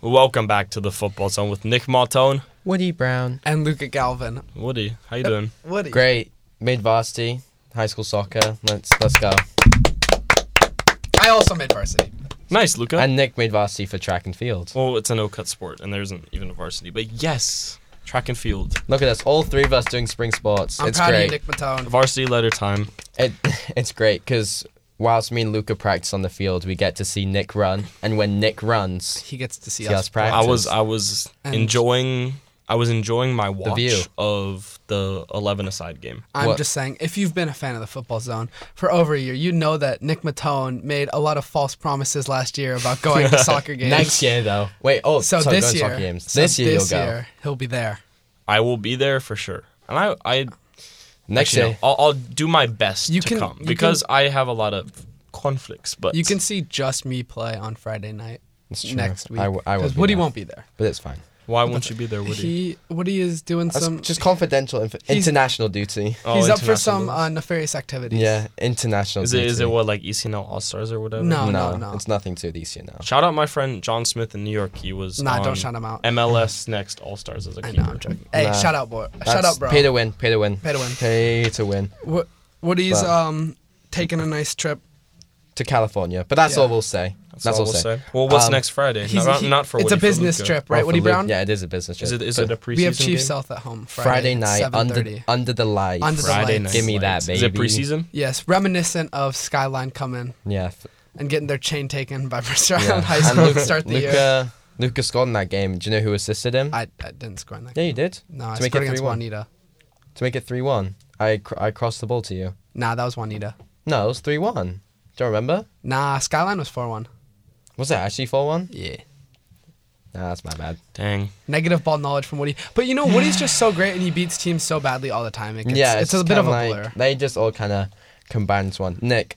Welcome back to the Football Zone with Nick Martone, Woody Brown. and Luca Galvin. Woody. How you doing? Woody. Great. Made varsity. High school soccer. Let's let's go. I also made varsity. Nice, Luca. And Nick made varsity for track and field. well, it's a no-cut sport, and there isn't even a varsity. But yes, track and field, Look at us, all three of us doing spring sports. I'm it's proud great. of you, Nick Matone. varsity letter time. It, it's great because whilst me and Luca practice on the field, we get to see Nick run, and when Nick runs, He gets to see see us. us practice. I was I was And- enjoying I was enjoying my watch view. of the 11 aside game. I'm What- just saying, if you've been a fan of the football zone for over a year, you know that Nick Matone made a lot of false promises last year about going to soccer games. Next year though. Wait, oh, So sorry, this going to year, soccer games. so this year this you'll go. year, he'll be there. I will be there for sure. And I I Next you know, year, I'll, I'll do my best You to can- come you because I have a lot of conflicts, but You can see just me play on Friday night It's true. next week. I w- I will because be Woody there. won't be there. but it's fine. why won't you be there, Woody? He Woody is doing That's some. just confidential inf- he's- international duty. Oh, he's up for some international. uh, nefarious activities. Yeah, international Is it duty. is it what like E ECNL All Stars or whatever? No. no, no. it's nothing to these year now. Shout out my friend John Smith in New York. He was Nah, on don't shout him out. MLS Next All Stars as a I keeper. know, I'm joking. Hey, Nah. shout out, boy. Shout That's out, bro. Pay to win. Pay to win. Pay to win. Pay to win Wo- Woody's But- um taking a nice trip. to California. But that's Yeah. all we'll say. That's, all we'll say. Well, what's Um, next Friday? He's- not, he- not for it's a Woody, for business Luca. trip, right, Well, Woody for Lu- Brown? Yeah, it is a business trip. Is it is But it a preseason We have Chief game? South at home Friday Friday, night under 7:30. under the lights? Under the Friday lights. night. Give me that, Is it baby. preseason? Yes, reminiscent of Skyline coming Yeah. f- and getting their chain taken by First Round yeah. High And School Luke- to start the Luca, year. Luca scored in that game. Do you know who assisted him? I, I didn't score in that. yeah, you did. No, I to make scored it against 3-1. Juanita. To make it three one, I cr- I crossed the ball to you. Nah, that was Juanita. No, it was three one. Do you remember? Nah, Skyline was 4 1. Was it actually four one? Yeah. Nah, that's my bad. Dang. Negative ball knowledge from Woody. But you know, Woody's just so great and he beats teams so badly all the time. It gets, yeah, it's, a bit of a kinda blur. like, They just all kind of combine into one. Nick,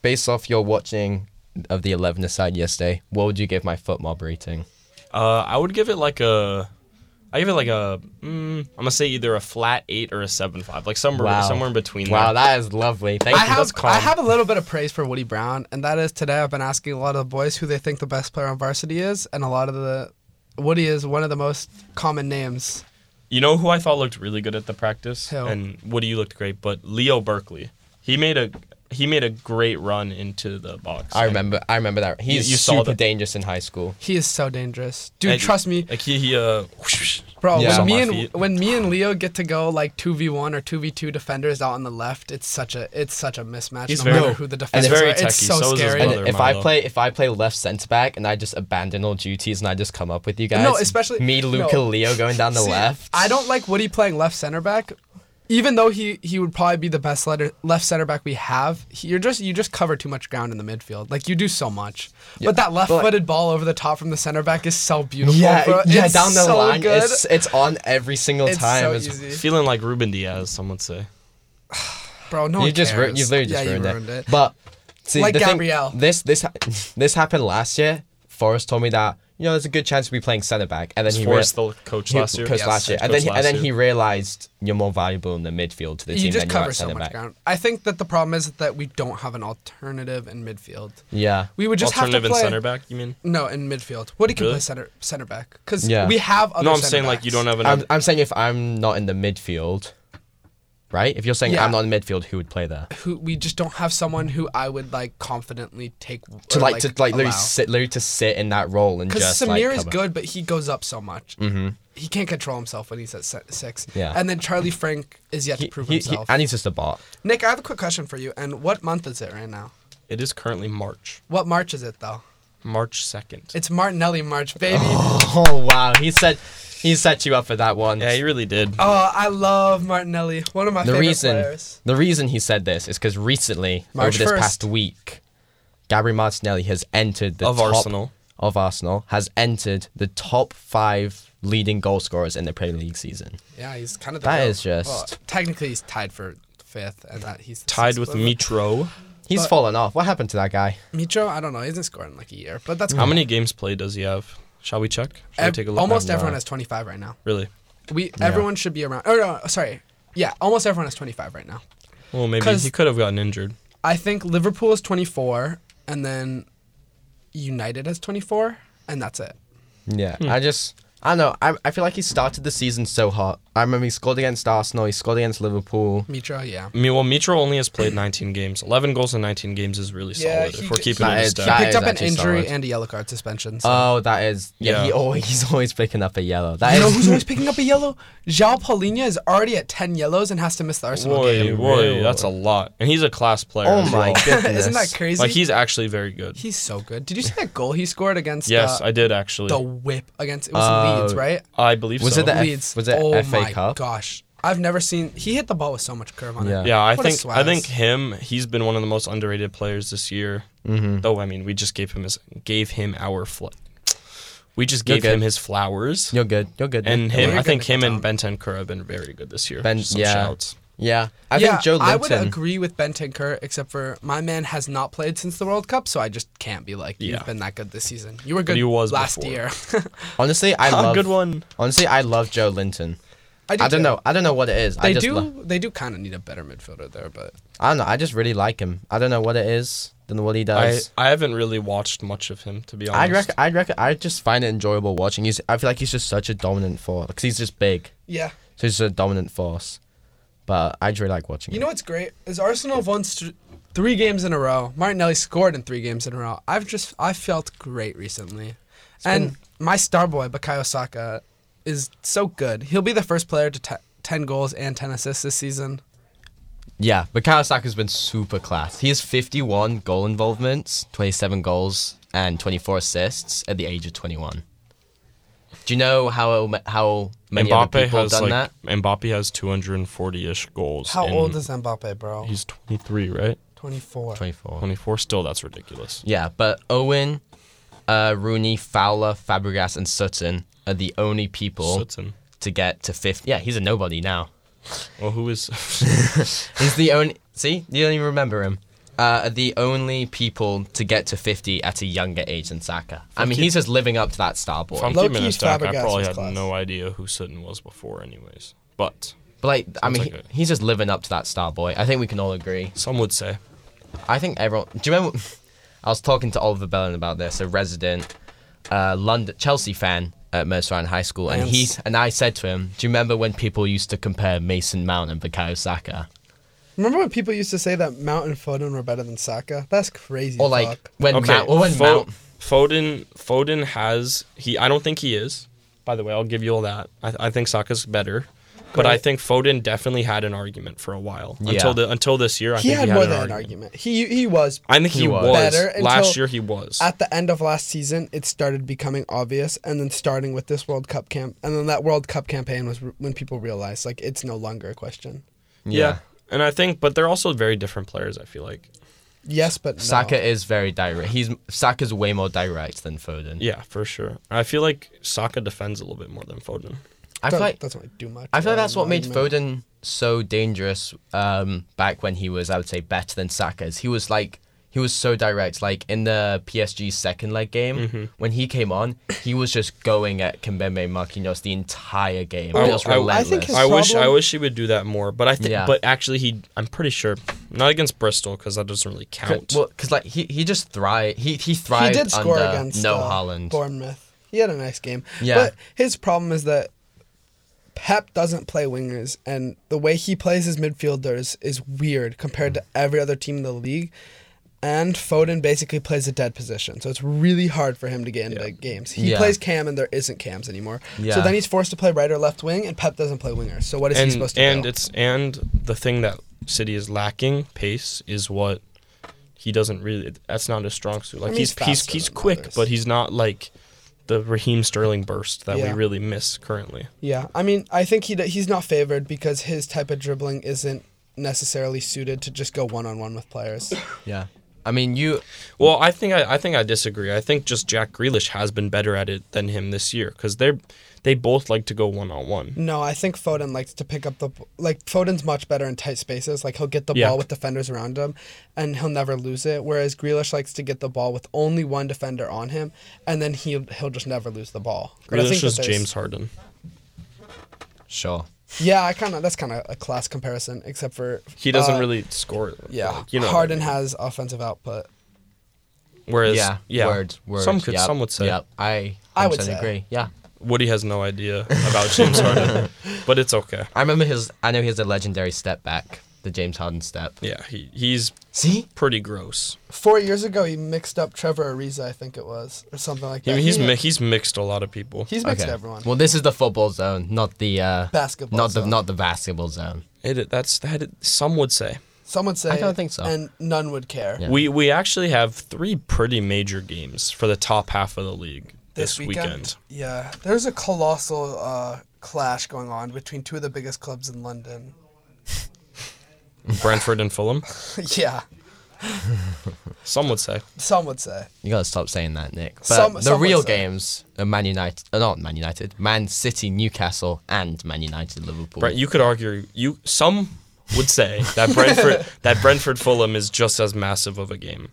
based off your watching of the 11 aside yesterday, what would you give my foot mob rating? Uh, I would give it like a. I give it like a. Mm, I'm gonna say either a flat eight or a seven five, like somewhere Wow. somewhere in between. Wow, there. that is lovely. Thank I you. have, That's I calm. have a little bit of praise for Woody Brown, and that is today I've been asking a lot of the boys who they think the best player on varsity is, and a lot of the Woody is one of the most common names. You know who I thought looked really good at the practice, Who? and Woody, you looked great. But Leo Berkeley, he made a he made a great run into the box. I And- remember. I remember that. He's you saw super that. dangerous in high school. He is so dangerous, dude. and- trust me, Like he, he uh, whoosh, bro. Yeah. When On me my and feet. when me and Leo get to go like two v one or two v two defenders out on the left, it's such a it's such a mismatch. He's no very- matter who the he's defenders very are, it's techie, so, so is his scary. brother. And Brother if I Milo. play, if I play left centre back, and I just abandon all duties, and I just come up with you guys. No, especially- me, Luca, no. Leo going down the See, left. I don't like Woody playing left center back, even though he he would probably be the best letter, left center back we have. He, you're just you just cover too much ground in the midfield. Like you do so much, but that left-footed ball over the top from the center back is so beautiful. Yeah, bro. yeah, It's down the so line, good. it's it's on every single It's time. so It's- easy, feeling like Ruben Diaz, some would say. bro. No, you one just ru- cares. you literally just yeah, ruined, you it. But see, Like the thing- Gabrielle. this this ha- this happened last year. Forrest told me that you know there's a good chance we'll be playing centre back, and then he Forrest, rea- the coach he- last year. coach Yes. last year, Head and then coach he, last and then year. he realized you're more valuable in the midfield to the you team just than you are cover at so centre much back. ground. I think that the problem is that we don't have an alternative in midfield. Yeah, We would just have to alternative play and center back. You mean? No, in midfield, Woody can Really? play center center back because Yeah. we have. Other No, I'm center saying like you backs. don't have I'm, an. I'm saying if I'm not in the midfield, right? If you're saying Yeah. I'm not in midfield, who would play there? who we just don't have someone who I would like confidently take To or, like, to like literally allow. sit, literally to sit in that role and Because just Samir like is cover. good, but he goes up so much. Mm-hmm. He can't control himself when he's at se- six. Yeah. And then Charlie Frank is yet He, to prove he- he- himself. and he's just a bot. Nick, I have a quick question for you. And what month is it right now? It is currently March, What March is it though? March second. It's Martinelli March, baby. Oh, Oh wow, he said he set you up for that one. Yeah, he really did. Oh, I love Martinelli. One of my the favorite reason players. the reason he said this is because recently March over this 1st. past week, Gabriel Martinelli has entered the Of top Arsenal. of Arsenal has entered the top five leading goal scorers in the Premier League season. Yeah, he's kind of the That real- is just- technically he's tied for fifth, and that he's the Tied sixth, with but- Mitro. He's But- fallen off. What happened to that guy? Mitro, I don't know. He hasn't scored in like a year, but that's Mm. How many games played does he have? Shall we check? Shall we Ev- take a look? almost No. everyone has 25 right now. Really? We everyone should be around. Oh no, sorry. Yeah, almost everyone has 25 right now. Well, maybe 'Cause- he could have gotten injured. I think Liverpool is 24, and then United has 24, and that's it. Yeah, Hmm. I just I don't know. I I feel like he started the season so hot. I remember he scored against Arsenal. He scored against Liverpool. Mitra, yeah. I mean, well, Mitro only has played 19 games. 11 goals in 19 games is really Yeah, solid. he If we're did- keeping it That in is- stat. that Picked is up an actually injury solid. and a yellow card suspension. Uh, So. Oh, that is yeah. He Yeah. always he's always picking up a yellow. That you know is- who's always picking up a yellow? João Paulinho is already at 10 yellows and has to miss the Arsenal Roy, game. Roy, that's a lot. And he's a class player. oh as my well. goodness. Isn't that crazy? Like, he's actually very good. He's so good. Did you see that goal he scored against Yes, the, I did Uh, actually. the whip against it was Oh. Leeds, right? I believe Was so. it the F- Leeds. was it oh FA my Cup? gosh. I've never seen he hit the ball with so much curve on Yeah. it. Yeah, I What a think I Suarez. think him. He's been one of the most underrated players this year. Mm-hmm. Though I mean, we just gave him his gave him our fl- we just You're gave good. him his flowers. You're good. You're good. and You're him, good. We're I think good him to and Bentancur have been very good this year. Ben- Some yeah. shouts. Yeah, I yeah, think Joe Linton. I would agree with Bentancur, except for my man has not played since the World Cup, so I just can't be like Yeah. you've been that good this season. You were good he was last before. year. Honestly, I Ah, love. good one. Honestly, I love Joe Linton. I, do I don't too. know. I don't know what it is. They I just do. lo- they do kind of need a better midfielder there, but I don't know. I just really like him. I don't know what it is. Don't know what he I, does. I haven't really watched much of him to be honest. I, would rec- I'd rec- I just find it enjoyable watching. He's. I feel like he's just such a dominant force because he's just big. yeah. So he's just a dominant force. But I just really like watching. You him. know what's great is Arsenal have won st- three games in a row. Martinelli scored in three games in a row. I've just I felt great recently, and my star boy Bakayo Saka is so good. He'll be the first player to t- ten goals and ten assists this season. Yeah, but Kawasaka's been super class. He has 51 goal involvements, 27 goals, and 24 assists at the age of 21. Do you know how how many other Mbappe people have has done like that? Mbappe has 240 ish goals. How in- old is Mbappe, bro? He's 23, right? Twenty four. 24. 24. Still, that's ridiculous. Yeah, but Owen, uh, Rooney, Fowler, Fabregas, and Sutton are the only people Sutton. to get to 50. Yeah, he's a nobody now. Well, who is? He's the only. See, you don't even remember him. Uh, are the only people to get to 50 at a younger age than Saka. I mean, he's just living up to that star boy. If I'm Low-key keeping a stack, I Fabregas probably was had class. no idea who Sutton was before, anyways. But But like, I mean, like he- it. he's just living up to that star boy. I think we can all agree. some would say I think everyone. Do you remember? I was talking to Oliver Bellin about this, a resident uh, London Chelsea fan at Merseyside High School, and Yes. he and I said to him, "Do you remember when people used to compare Mason Mount and Bukayo Saka, Remember when people used to say that Mount and Foden were better than Saka? That's crazy. or like talk. when Mount, or when Fo- Mount?" Foden. Foden has he. I don't think he is. By the way, I'll give you all that. I, I think Saka's better, but I Great. think Foden definitely had an argument for a while Yeah. until the until this year. I he think had he had more an than argument. an argument. He he was I think he, He was. was, Better until- last year. He was. at the end of last season, it started becoming obvious, and then starting with this World Cup camp, and then that World Cup campaign was r when people realized like it's no longer a question. yeah. and I think, but they're also very different players. I feel like. Yes, but no. Saka is very direct. He's Saka's way more direct than Foden. Yeah, for sure. I feel like Saka defends a little bit more than Foden. I feel Don't- like doesn't really do much. I feel like uh, that's what made argument. Foden so dangerous um, back when he was, I would say, better than Saka's. He was like, he was so direct. Like in the PSG second leg game, Mm-hmm. when he came on, he was just going at Kimbembe Marquinhos the entire game. I- It was I- I think relentless. his- I wish I problem- wish he would do that more, but I think Yeah. but actually he I'm pretty sure not against Bristol because that doesn't really count. well, because like he, he just thrived. He he He thrived did score under against no uh, Holland. Bournemouth. He had a nice game. Yeah. But his problem is that Pep doesn't play wingers, and the way he plays his midfielders is weird compared to every other team in the league. And Foden basically plays a dead position, so it's really hard for him to get into Yeah. games. He Yeah. plays cam, and there isn't cams anymore. Yeah. So then he's forced to play right or left wing, and Pep doesn't play wingers. So what is he and supposed to and do? it's and the thing that City is lacking pace is what he doesn't really. That's not his strong suit. Like mean, he's he's he's faster he's than quick, others. but he's not like the Raheem Sterling burst that we Yeah. really miss currently. Yeah, I mean, I think he d- he's not favored because his type of dribbling isn't necessarily suited to just go one on one with players. Yeah, I mean you. Well, I think I, I think I disagree. I think just Jack Grealish has been better at it than him this year because they're they both like to go one on one. No, I think Foden likes to pick up the b- like Foden's much better in tight spaces. Like he'll get the Yeah. ball with defenders around him, and he'll never lose it. Whereas Grealish likes to get the ball with only one defender on him, and then he will he'll just never lose the ball. But I think Grealish that is there's- James Harden. Sure. Yeah, I kind of that's kind of a class comparison, except for He doesn't uh, really score. Yeah, like, you know. what I Harden mean. has offensive output. Whereas, yeah, yeah, Word, word. some could, yep, some would say Yep. I, I would 100% say. agree. Yeah. Woody has no idea about James Harden, but it's okay. I remember his. I know he has a legendary step back, the James Harden step. Yeah, he, he's See, pretty gross. Four years ago, he mixed up Trevor Ariza, I think it was, or something like He, that. he's He- mi- he's mixed a lot of people. He's mixed everyone. Well, this is the football zone, not the uh, Basketball Not the zone. not the basketball zone. It, that's that. some would say Someone say I don't think so. and none would care. Yeah. we we actually have three pretty major games for the top half of the league this, weekend. Yeah, there's a colossal uh, clash going on between two of the biggest clubs in London. Brentford and Fulham. yeah, Some would say. some would say. You gotta stop saying that, Nick. But Some- the some would real say. games are Man United, uh, not Man United, Man City, Newcastle, and Man United, Liverpool. Brent, you could argue you some would say that Brentford that Brentford Fulham is just as massive of a game.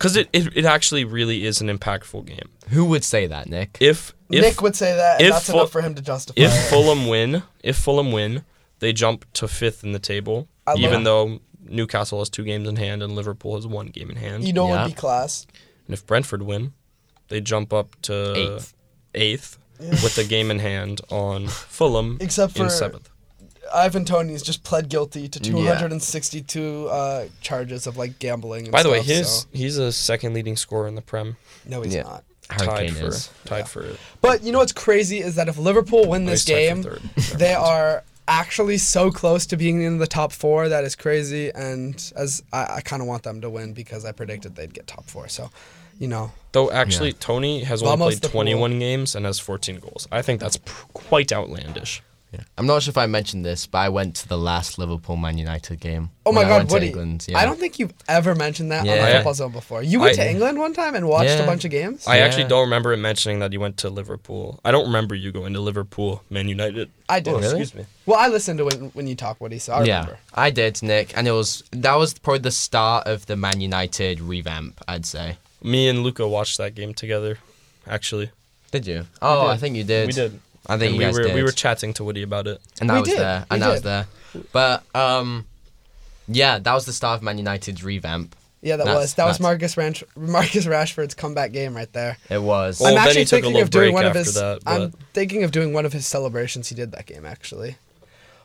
Cuz it, it, it actually really is an impactful game. Who would say that, Nick? If if Nick would say that, and if that's Ful- enough for him to justify if it. Fulham win, if Fulham win, they jump to 5th in the table I love- even though Newcastle has two games in hand and Liverpool has one game in hand. you know, it Yeah. would be class. And if Brentford win, they jump up to Eighth. eighth with the game in hand on Fulham Except in for- seventh. Ivan Tony's just pled guilty to 262 uh, charges of like gambling. And By the way, stuff, his so- he's a second leading scorer in the Prem, no, he's Yeah. not. tied Hurricane for is. tied for it. But you know what's crazy is that if Liverpool win this he's tied game, for third. they are actually so close to being in the top four. That is crazy, and as I, I kind of want them to win because I predicted they'd get top four. So, you know, Though actually, Tony has only Vamos played the fool. 21 games and has 14 goals. I think that's pr- quite outlandish. Yeah. I'm not sure if I mentioned this, but I went to the last Liverpool Man United game. oh my when I God, went to Woody, England, yeah. I don't think you've ever mentioned that on Yeah. the Football Zone before. You went I- to England one time and watched Yeah. a bunch of games. I Yeah. actually don't remember him mentioning that he went to Liverpool. I don't remember you going to Liverpool, Man United. I did. Oh, really? Excuse me. Well, I listened to when when you talk, Woody. So I yeah, remember. I did, Nick, and it was that was probably the start of the Man United revamp. I'd say. Me and Luca watched that game together. Actually, Did you? Oh, did. I think you did. we did. I think And you we guys were did. we were chatting to Woody about it. and I We was did, there, we and I was did. there. But um, yeah, that was the start of Man United's revamp. Yeah, that That's- was that was that's- Marcus Ranch, Marcus Rashford's comeback game right there. It was. Well, I'm then actually he took a thinking little of doing break one of after his. that, I'm but- thinking of doing one of his celebrations he did that game actually,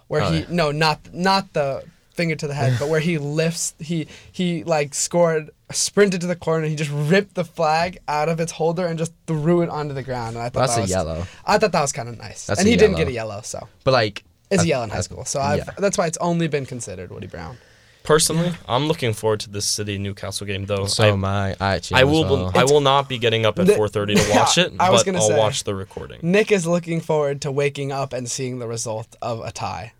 where Oh, he yeah. no not not the finger to the head, but where he lifts he he like scored sprinted to the corner. He just ripped the flag out of its holder and just threw it onto the ground. And I thought That's that a was, yellow. I thought that was kind of nice, That's and a he didn't yellow. get a yellow, so but like, it's I- a yellow in I- high school. So I've, yeah. that's why it's only been considered Woody Brown. Personally, I'm looking forward to this City Newcastle game though. So I, am I. I actually. I am as will well. I will not be getting up at The- 4:30 to watch it, I was but gonna I'll say. watch the recording. Nick is looking forward to waking up and seeing the result of a tie.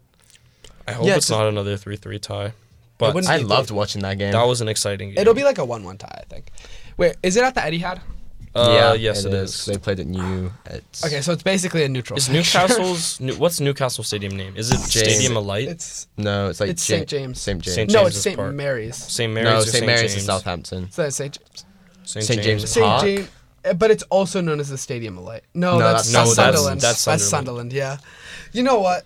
I hope Yeah, it's 'cause- not another 3-3 tie, but wouldn't I be- loved watching that game. that was an exciting game. It'll be like a one-one tie, I think. Wait, is it at the Etihad? uh, yes it is. 'cause They played at New. It's, Okay, so it's basically a neutral. Is site. Newcastle's new, what's Newcastle Stadium name? Is it Stadium Alight? It's No, it's like It's Ja- St. James. St. James. St. no, James it's is St. part- Mary's. St. Mary's no, or St. St. Mary's James? is Southampton. So it's St. James. St. St. James. James. is- St. Park? James, uh, but it's also known as the Stadium of Light. No, No, that's- that's, that's no, that's- Sunderland. that's Sunderland. Sunderland. Yeah. You know what,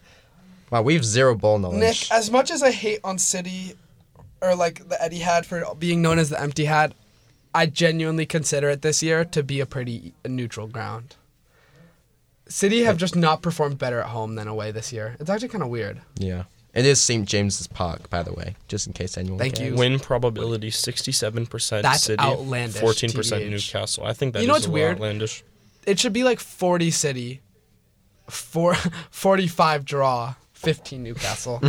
Wow, we have zero ball knowledge. Nick? As much as I hate on City, or like the Etihad for being known as the Empty Hat, I genuinely consider it this year to be a pretty neutral ground. City have just not performed better at home than away this year. It's actually kind of weird. yeah, it is St. James's Park, by the way, just in case anyone. Thank cares. you. Win probability 67% That's City, outlandish, 14% TBH. Newcastle. I think that is You know what's a little weird? outlandish. it should be like 40 city four, 45 draw 15 newcastle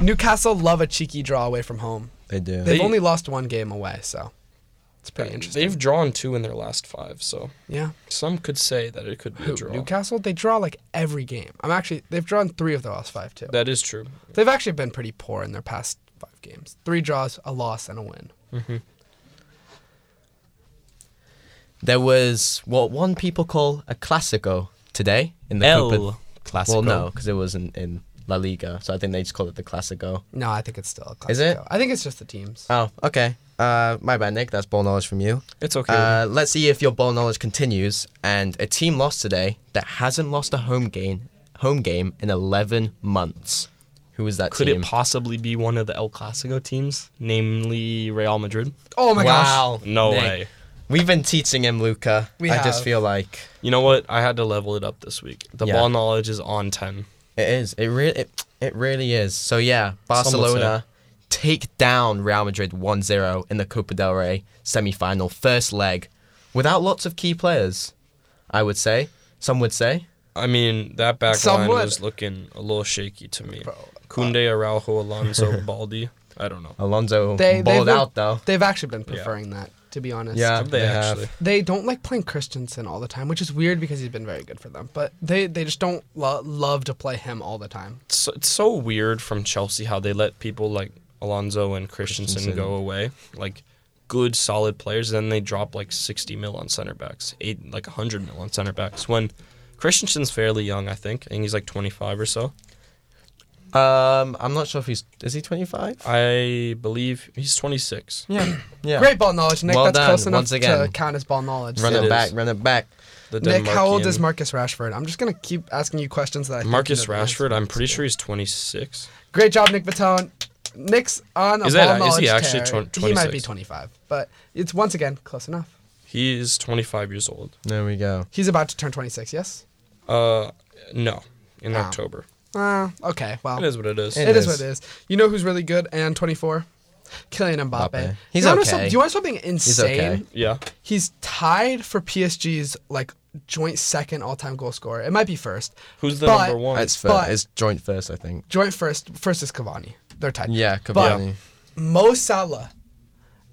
newcastle love a cheeky draw away from home They do. they've They- only lost one game away so it's pretty interesting They've drawn two in their last five, so yeah some could say that it could be a Who, draw. newcastle they draw like every game i'm actually they've drawn three of their last five too That is true. they've actually been pretty poor in their past five games three draws a loss and a win There was what one people call a classico today in the Copa- Classico. Well, no, because it wasn't in La Liga, so I think they just called it the Classico. no i think it's still a classico. Is it? i think it's just the teams Oh, okay. Uh, my bad, Nick. That's ball knowledge from you. It's okay. Uh, let's see if your ball knowledge continues. And a team lost today that hasn't lost a home game, home game in 11 months. Who is that could team? it possibly be one of the El Clasico teams, namely Real Madrid? oh my gosh wow. No Nick. way. We've been teaching him, Luca. We I just have. feel like You know what? I had to level it up this week. The Yeah. ball knowledge is on ten. it is. It really, it, it really is. So yeah, would say. Barcelona take down Real Madrid 1-0 in the Copa del Rey semi-final, first leg, without lots of key players. I would say. Some would say. I mean, that back Somewhat. line was looking a little shaky to me. Kunde, uh, Araujo, Alonso, Baldi. I don't know. Alonso They balled they've out been- though. They've actually been preferring that, to be honest. Yeah, Have they, they have. actually? They don't like playing Christensen all the time, which is weird because he's been very good for them. But they, they just don't lo- love to play him all the time. It's, so- it's so weird from Chelsea how they let people like Alonso and Christensen, Christensen. go away. Like good, solid players. Then they drop like 60 mil on center backs, eight, like 100 mil on center backs. When Christensen's fairly young, I think. I think he's like 25 or so. Um, I'm not sure if he's is he 25. Uh, I believe he's 26. Yeah, yeah. Great ball knowledge, Nick. Well That's done, close enough once again. to count as ball knowledge. Run It it, is. back, run it back. The Nick, how old is Denmarkian- Marcus Rashford? I'm just gonna keep asking you questions that I think Marcus you know the answer Rashford? I'm to. pretty sure he's 26. Great job, Nick Vatone. Nick's on a Is ball that- is knowledge he actually tear. tw- He might be 26? 25, but it's once again close enough. He's 25 years old. There we go. He's about to turn 26. Yes. Uh, no, in No. October. Uh, okay. Well, It is what it is. It It is. is what it is. You know who's really good and 24? Kylian Mbappe. Mbappe. He's you wanna know okay. some- do you want to something insane? He's, okay. Yeah. tied for PSG's like joint second all-time goal scorer. It might be first. Who's the But- number one? It's But- first. It's joint first, I think. Joint first. First is Cavani. They're tied. Yeah, But Cavani. Mo Salah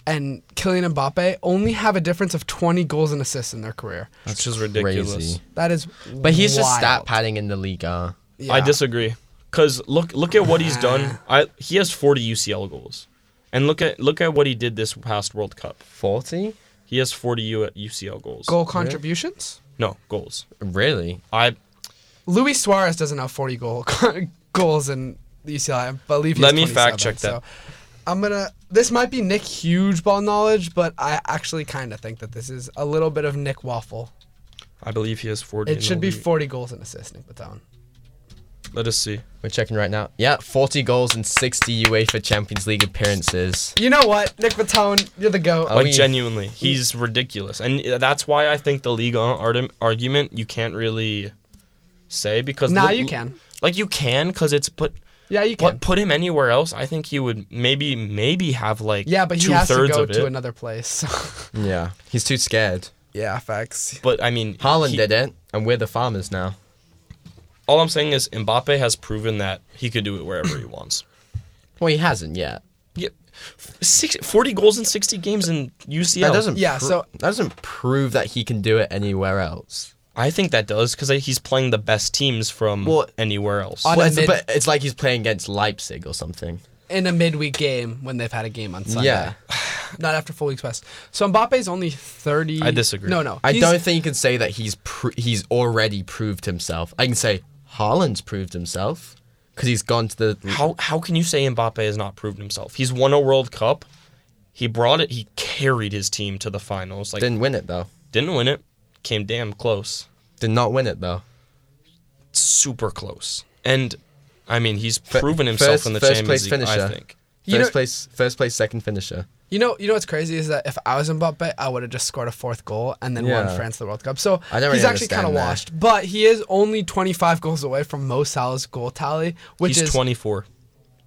and Kylian Mbappe only have a difference of 20 goals and assists in their career. which is ridiculous. Crazy. That is But he's just stat wild. padding in the league. Uh. I Yeah. disagree. Cause look, look at what he's done. I he has 40 UCL goals, and look at look at what he did this past World Cup. 40? He has 40 U- UCL goals. Goal contributions? No goals. Really? I Luis Suarez doesn't have 40 goal goals in the UCLA. I believe. He's Let me fact 27, check that. So I'm gonna. This might be Nick huge ball knowledge, but I actually kind of think that this is a little bit of Nick waffle. I believe he has 40. in It the should be league. 40 goals and assists, Nick Batone. Let us see. We're checking right now. Yeah, 40 goals and 60 UEFA Champions League appearances. You know what, Nick Batone, you're the goat. Oh, Like he- genuinely, he's ridiculous, and uh, that's why I think the league ar- argument you can't really say because nah, look- you can. Like you can because it's put. Yeah, you can. Put, put him anywhere else. I think he would maybe maybe have like Yeah, but he two has to thirds go of it. to another place. so- Yeah. He's too scared. yeah, facts. but I mean, Haaland he- did it, and we're the farmers now. All I'm saying is Mbappe has proven that he could do it wherever he wants. Well, he hasn't yet. Yep. Six, 40 goals in 60 games in UCL. That doesn't Yeah, so- that doesn't prove that he can do it anywhere else. I think that does because he's playing the best teams from Well- anywhere else. On Well, a it's, mid- but it's like he's playing against Leipzig or something. In a midweek game when they've had a game on Sunday. Yeah. Not after full weeks rest. So Mbappe's only 30. I disagree. No, no. I he's- don't think you can say that he's pr- he's already proved himself. I can say Haaland's proved himself because he's gone to the how how can you say Mbappe has not proved himself? He's won a World Cup. He brought it. He carried his team to the finals. Like didn't, didn't win it though. win it. Came damn close. Did not win it though. Super close. And I mean, he's Fir- proven himself first- in the first Champions place League. I finisher. think. You First know- place, first place, second finisher. You know, you know what's crazy is that if I was Mbappe, I would have just scored a fourth goal and then Yeah. won France the World Cup. So I don't he's really actually understand kind of that. washed, but he is only 25 goals away from Mo Salah's goal tally, which he's is 24.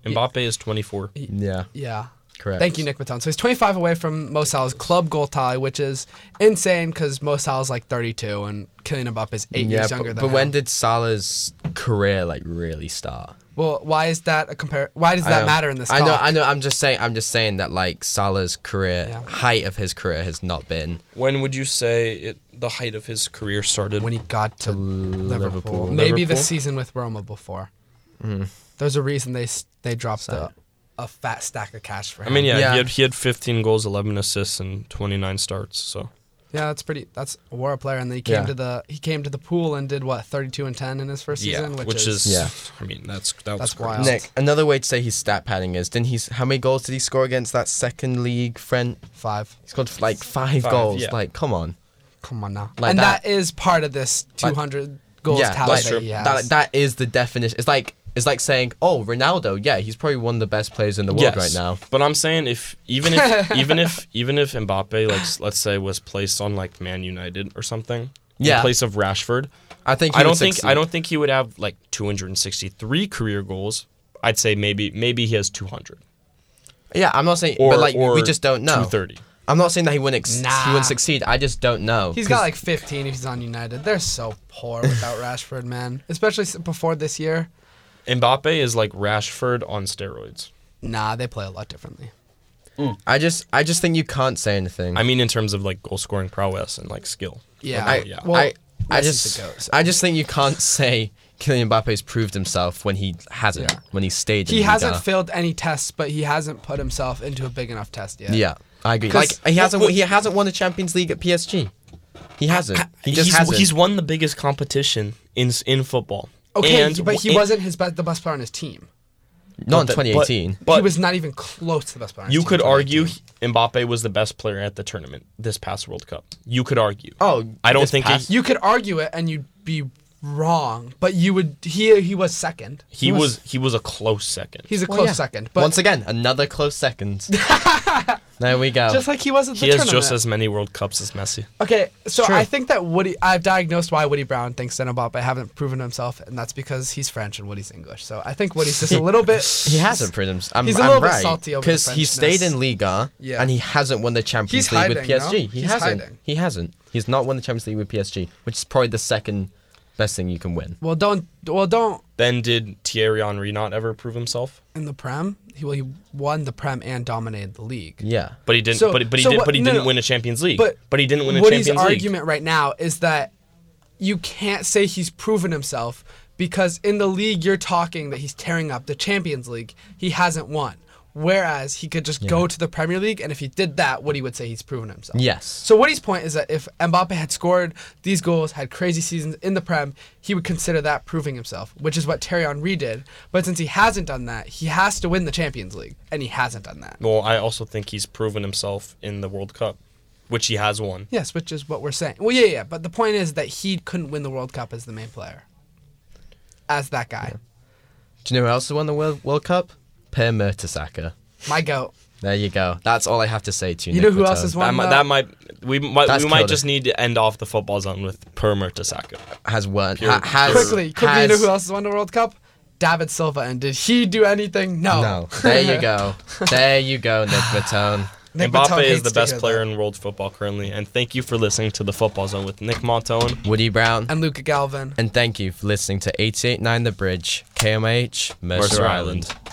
Mbappe is 24. Yeah, yeah. correct. Thank you, Nick Maton. So he's 25 away from Mo Salah's club goal tally, which is insane because Mo Salah's like 32 and Kylian Mbappe is eight Yeah, years younger but, than but him. when did Salah's career like really start? well, why is that a compare? Why does I that know- matter in this? I know, talk? I know. I'm just saying. I'm just saying that like Salah's career Yeah. height of his career has not been. When would you say it, the height of his career started? when he got to Liverpool. Liverpool. Maybe the Liverpool? season with Roma before. There's a reason they s- they dropped So- a, a fat stack of cash for I him. mean, yeah, Yeah. He, had, he had 15 goals, 11 assists, and 29 starts. So yeah, that's pretty. That's a war player, and then he came Yeah. to the he came to the pool and did what 32 and 10 in his first season, which, is, Yeah. I mean, that's that was That's crazy. wild. Nick, another way to say he's stat padding is didn't he? s- How many goals did he score against that second league friend? five. He scored like five, Five, goals. yeah. Like, come on. Come on now, Like and that. that is part of is part of this Like- 200 goals tally like, that he has. that that is the definition. It's like is like saying, "Oh, Ronaldo, yeah, he's probably one of the best players in the world Yes. right now." But I'm saying if even if even if even if Mbappe like s- let's say was placed on like Man United or something Yeah. in place of Rashford, I think he I would don't think succeed. I don't think he would have like 263 career goals. I'd say maybe maybe he has 200 Yeah, I'm not saying, or but like or we just don't know. 230. I'm not saying that he wouldn't ex- he Nah. wouldn't succeed. I just don't know. He's 'Cause- got like 15 if he's on United. They're so poor without Rashford, man. Especially s- before this year. Mbappe is like Rashford on steroids. Nah, they play a lot differently. I just I just think you can't say anything. I mean in terms of like goal scoring prowess and like skill. Yeah. Like, I, yeah. well, I, I Messi's just the goat, so- I just think you can't say Kylian Mbappe's proved himself when he hasn't Yeah. when he's stayed. He in hasn't Liga. failed any tests, but he hasn't put himself into a big enough test yet. yeah, I agree. 'Cause- Like he hasn't he hasn't won the Champions League at PSG. He hasn't. He just Uh, he's, hasn't. he's won the biggest competition in s- in football. Okay, And but he w- wasn't his best, the best player on his team. not in but- 2018. But, he was not even close to the best player. On his You team could in argue Mbappe was the best player at the tournament this past World Cup. You could argue. oh, I don't this think past- 2018. You could argue it, and you'd be wrong. But you would. He he was second. he was he was a close second. He's a Well, close yeah. second. But once again another close second. there we go. just like he was at the he has tournament. just as many World Cups as Messi. Okay, so true. I think that Woody, I've diagnosed why Woody Brown thinks that Mbappe haven't proven himself, and that's because he's French and Woody's English. So I think Woody's just a little bit. he hasn't proven himself. I'm, He's a I'm little bit right, salty over the he stayed in Frenchness. Liga Yeah. and he hasn't won the Champions He's League with hiding, no? PSG. He He's hasn't. hiding. He hasn't. He's not won the Champions League with PSG, which is probably the second best thing you can win. Well, don't. Well, don't Then did Thierry Henry not ever prove himself? in the Prem. He well, he won the Prem and dominated the league. Yeah. But he didn't. So- but, but he so did. what- but he no, didn't no. win a Champions League. But he didn't win a Woody's Champions League. argument right now is that you can't say he's proven himself because in the league you're talking that he's tearing up the Champions League. He hasn't won. Whereas he could just go to the Premier League, and if he did that, Woody would say he's proven himself. Yes. So Woody's point is that if Mbappe had scored these goals, had crazy seasons in the Prem, he would consider that proving himself, which is what Terry Henry did. But since he hasn't done that, he has to win the Champions League, and he hasn't done that. Well, I also think he's proven himself in the World Cup, which he has won. Yes, which is what we're saying. Well, yeah, yeah, but the point is that he couldn't win the World Cup as the main player, as that guy, Do you know who else has won the World, World Cup? Per Mertesacker. my goat. There you go. That's all I have to say to you. You Nick know who else Patel. has won? That might, that might the- we might That's we might killed just need to end off the football zone with Per Mertesacker. Has won. Pure- Ha- has, quickly, quickly. You know has- who else has won the World Cup? David Silva, and did he do anything? No. No. There you go. there you go, Nick Matone. Nick Matone Mbappe is hates the to best hear player that. in world football currently, and thank you for listening to the Football Zone with Nick Montone. Woody Brown. And Luca Galvin. And thank you for listening to 889 The Bridge, KMH, Mercer, Mercer Island. Island.